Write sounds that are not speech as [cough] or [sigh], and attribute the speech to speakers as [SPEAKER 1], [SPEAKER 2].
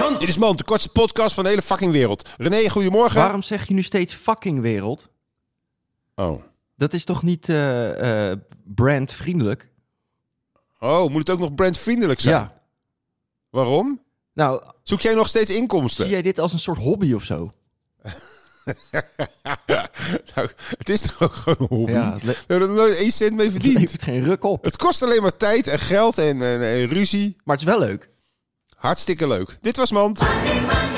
[SPEAKER 1] man. Dit is Man, de kortste podcast van de hele fucking wereld. René, goedemorgen.
[SPEAKER 2] Waarom zeg je nu steeds fucking wereld?
[SPEAKER 1] Oh.
[SPEAKER 2] Dat is toch niet eh, eh, brandvriendelijk?
[SPEAKER 1] Oh, moet het ook nog brandvriendelijk zijn?
[SPEAKER 2] Ja.
[SPEAKER 1] Waarom?
[SPEAKER 2] Nou,
[SPEAKER 1] Zoek jij nog steeds
[SPEAKER 2] zie
[SPEAKER 1] inkomsten?
[SPEAKER 2] jij dit als een soort hobby of zo?
[SPEAKER 1] [laughs] nou, het is toch ook gewoon een hobby?
[SPEAKER 2] Ja, het le-
[SPEAKER 1] We hebben er nooit één cent mee
[SPEAKER 2] Het
[SPEAKER 1] verdiend.
[SPEAKER 2] levert geen ruk op.
[SPEAKER 1] Het kost alleen maar tijd en geld en, en, en ruzie.
[SPEAKER 2] Maar het is wel leuk.
[SPEAKER 1] Hartstikke leuk. Dit was Mand.
[SPEAKER 3] Money, money.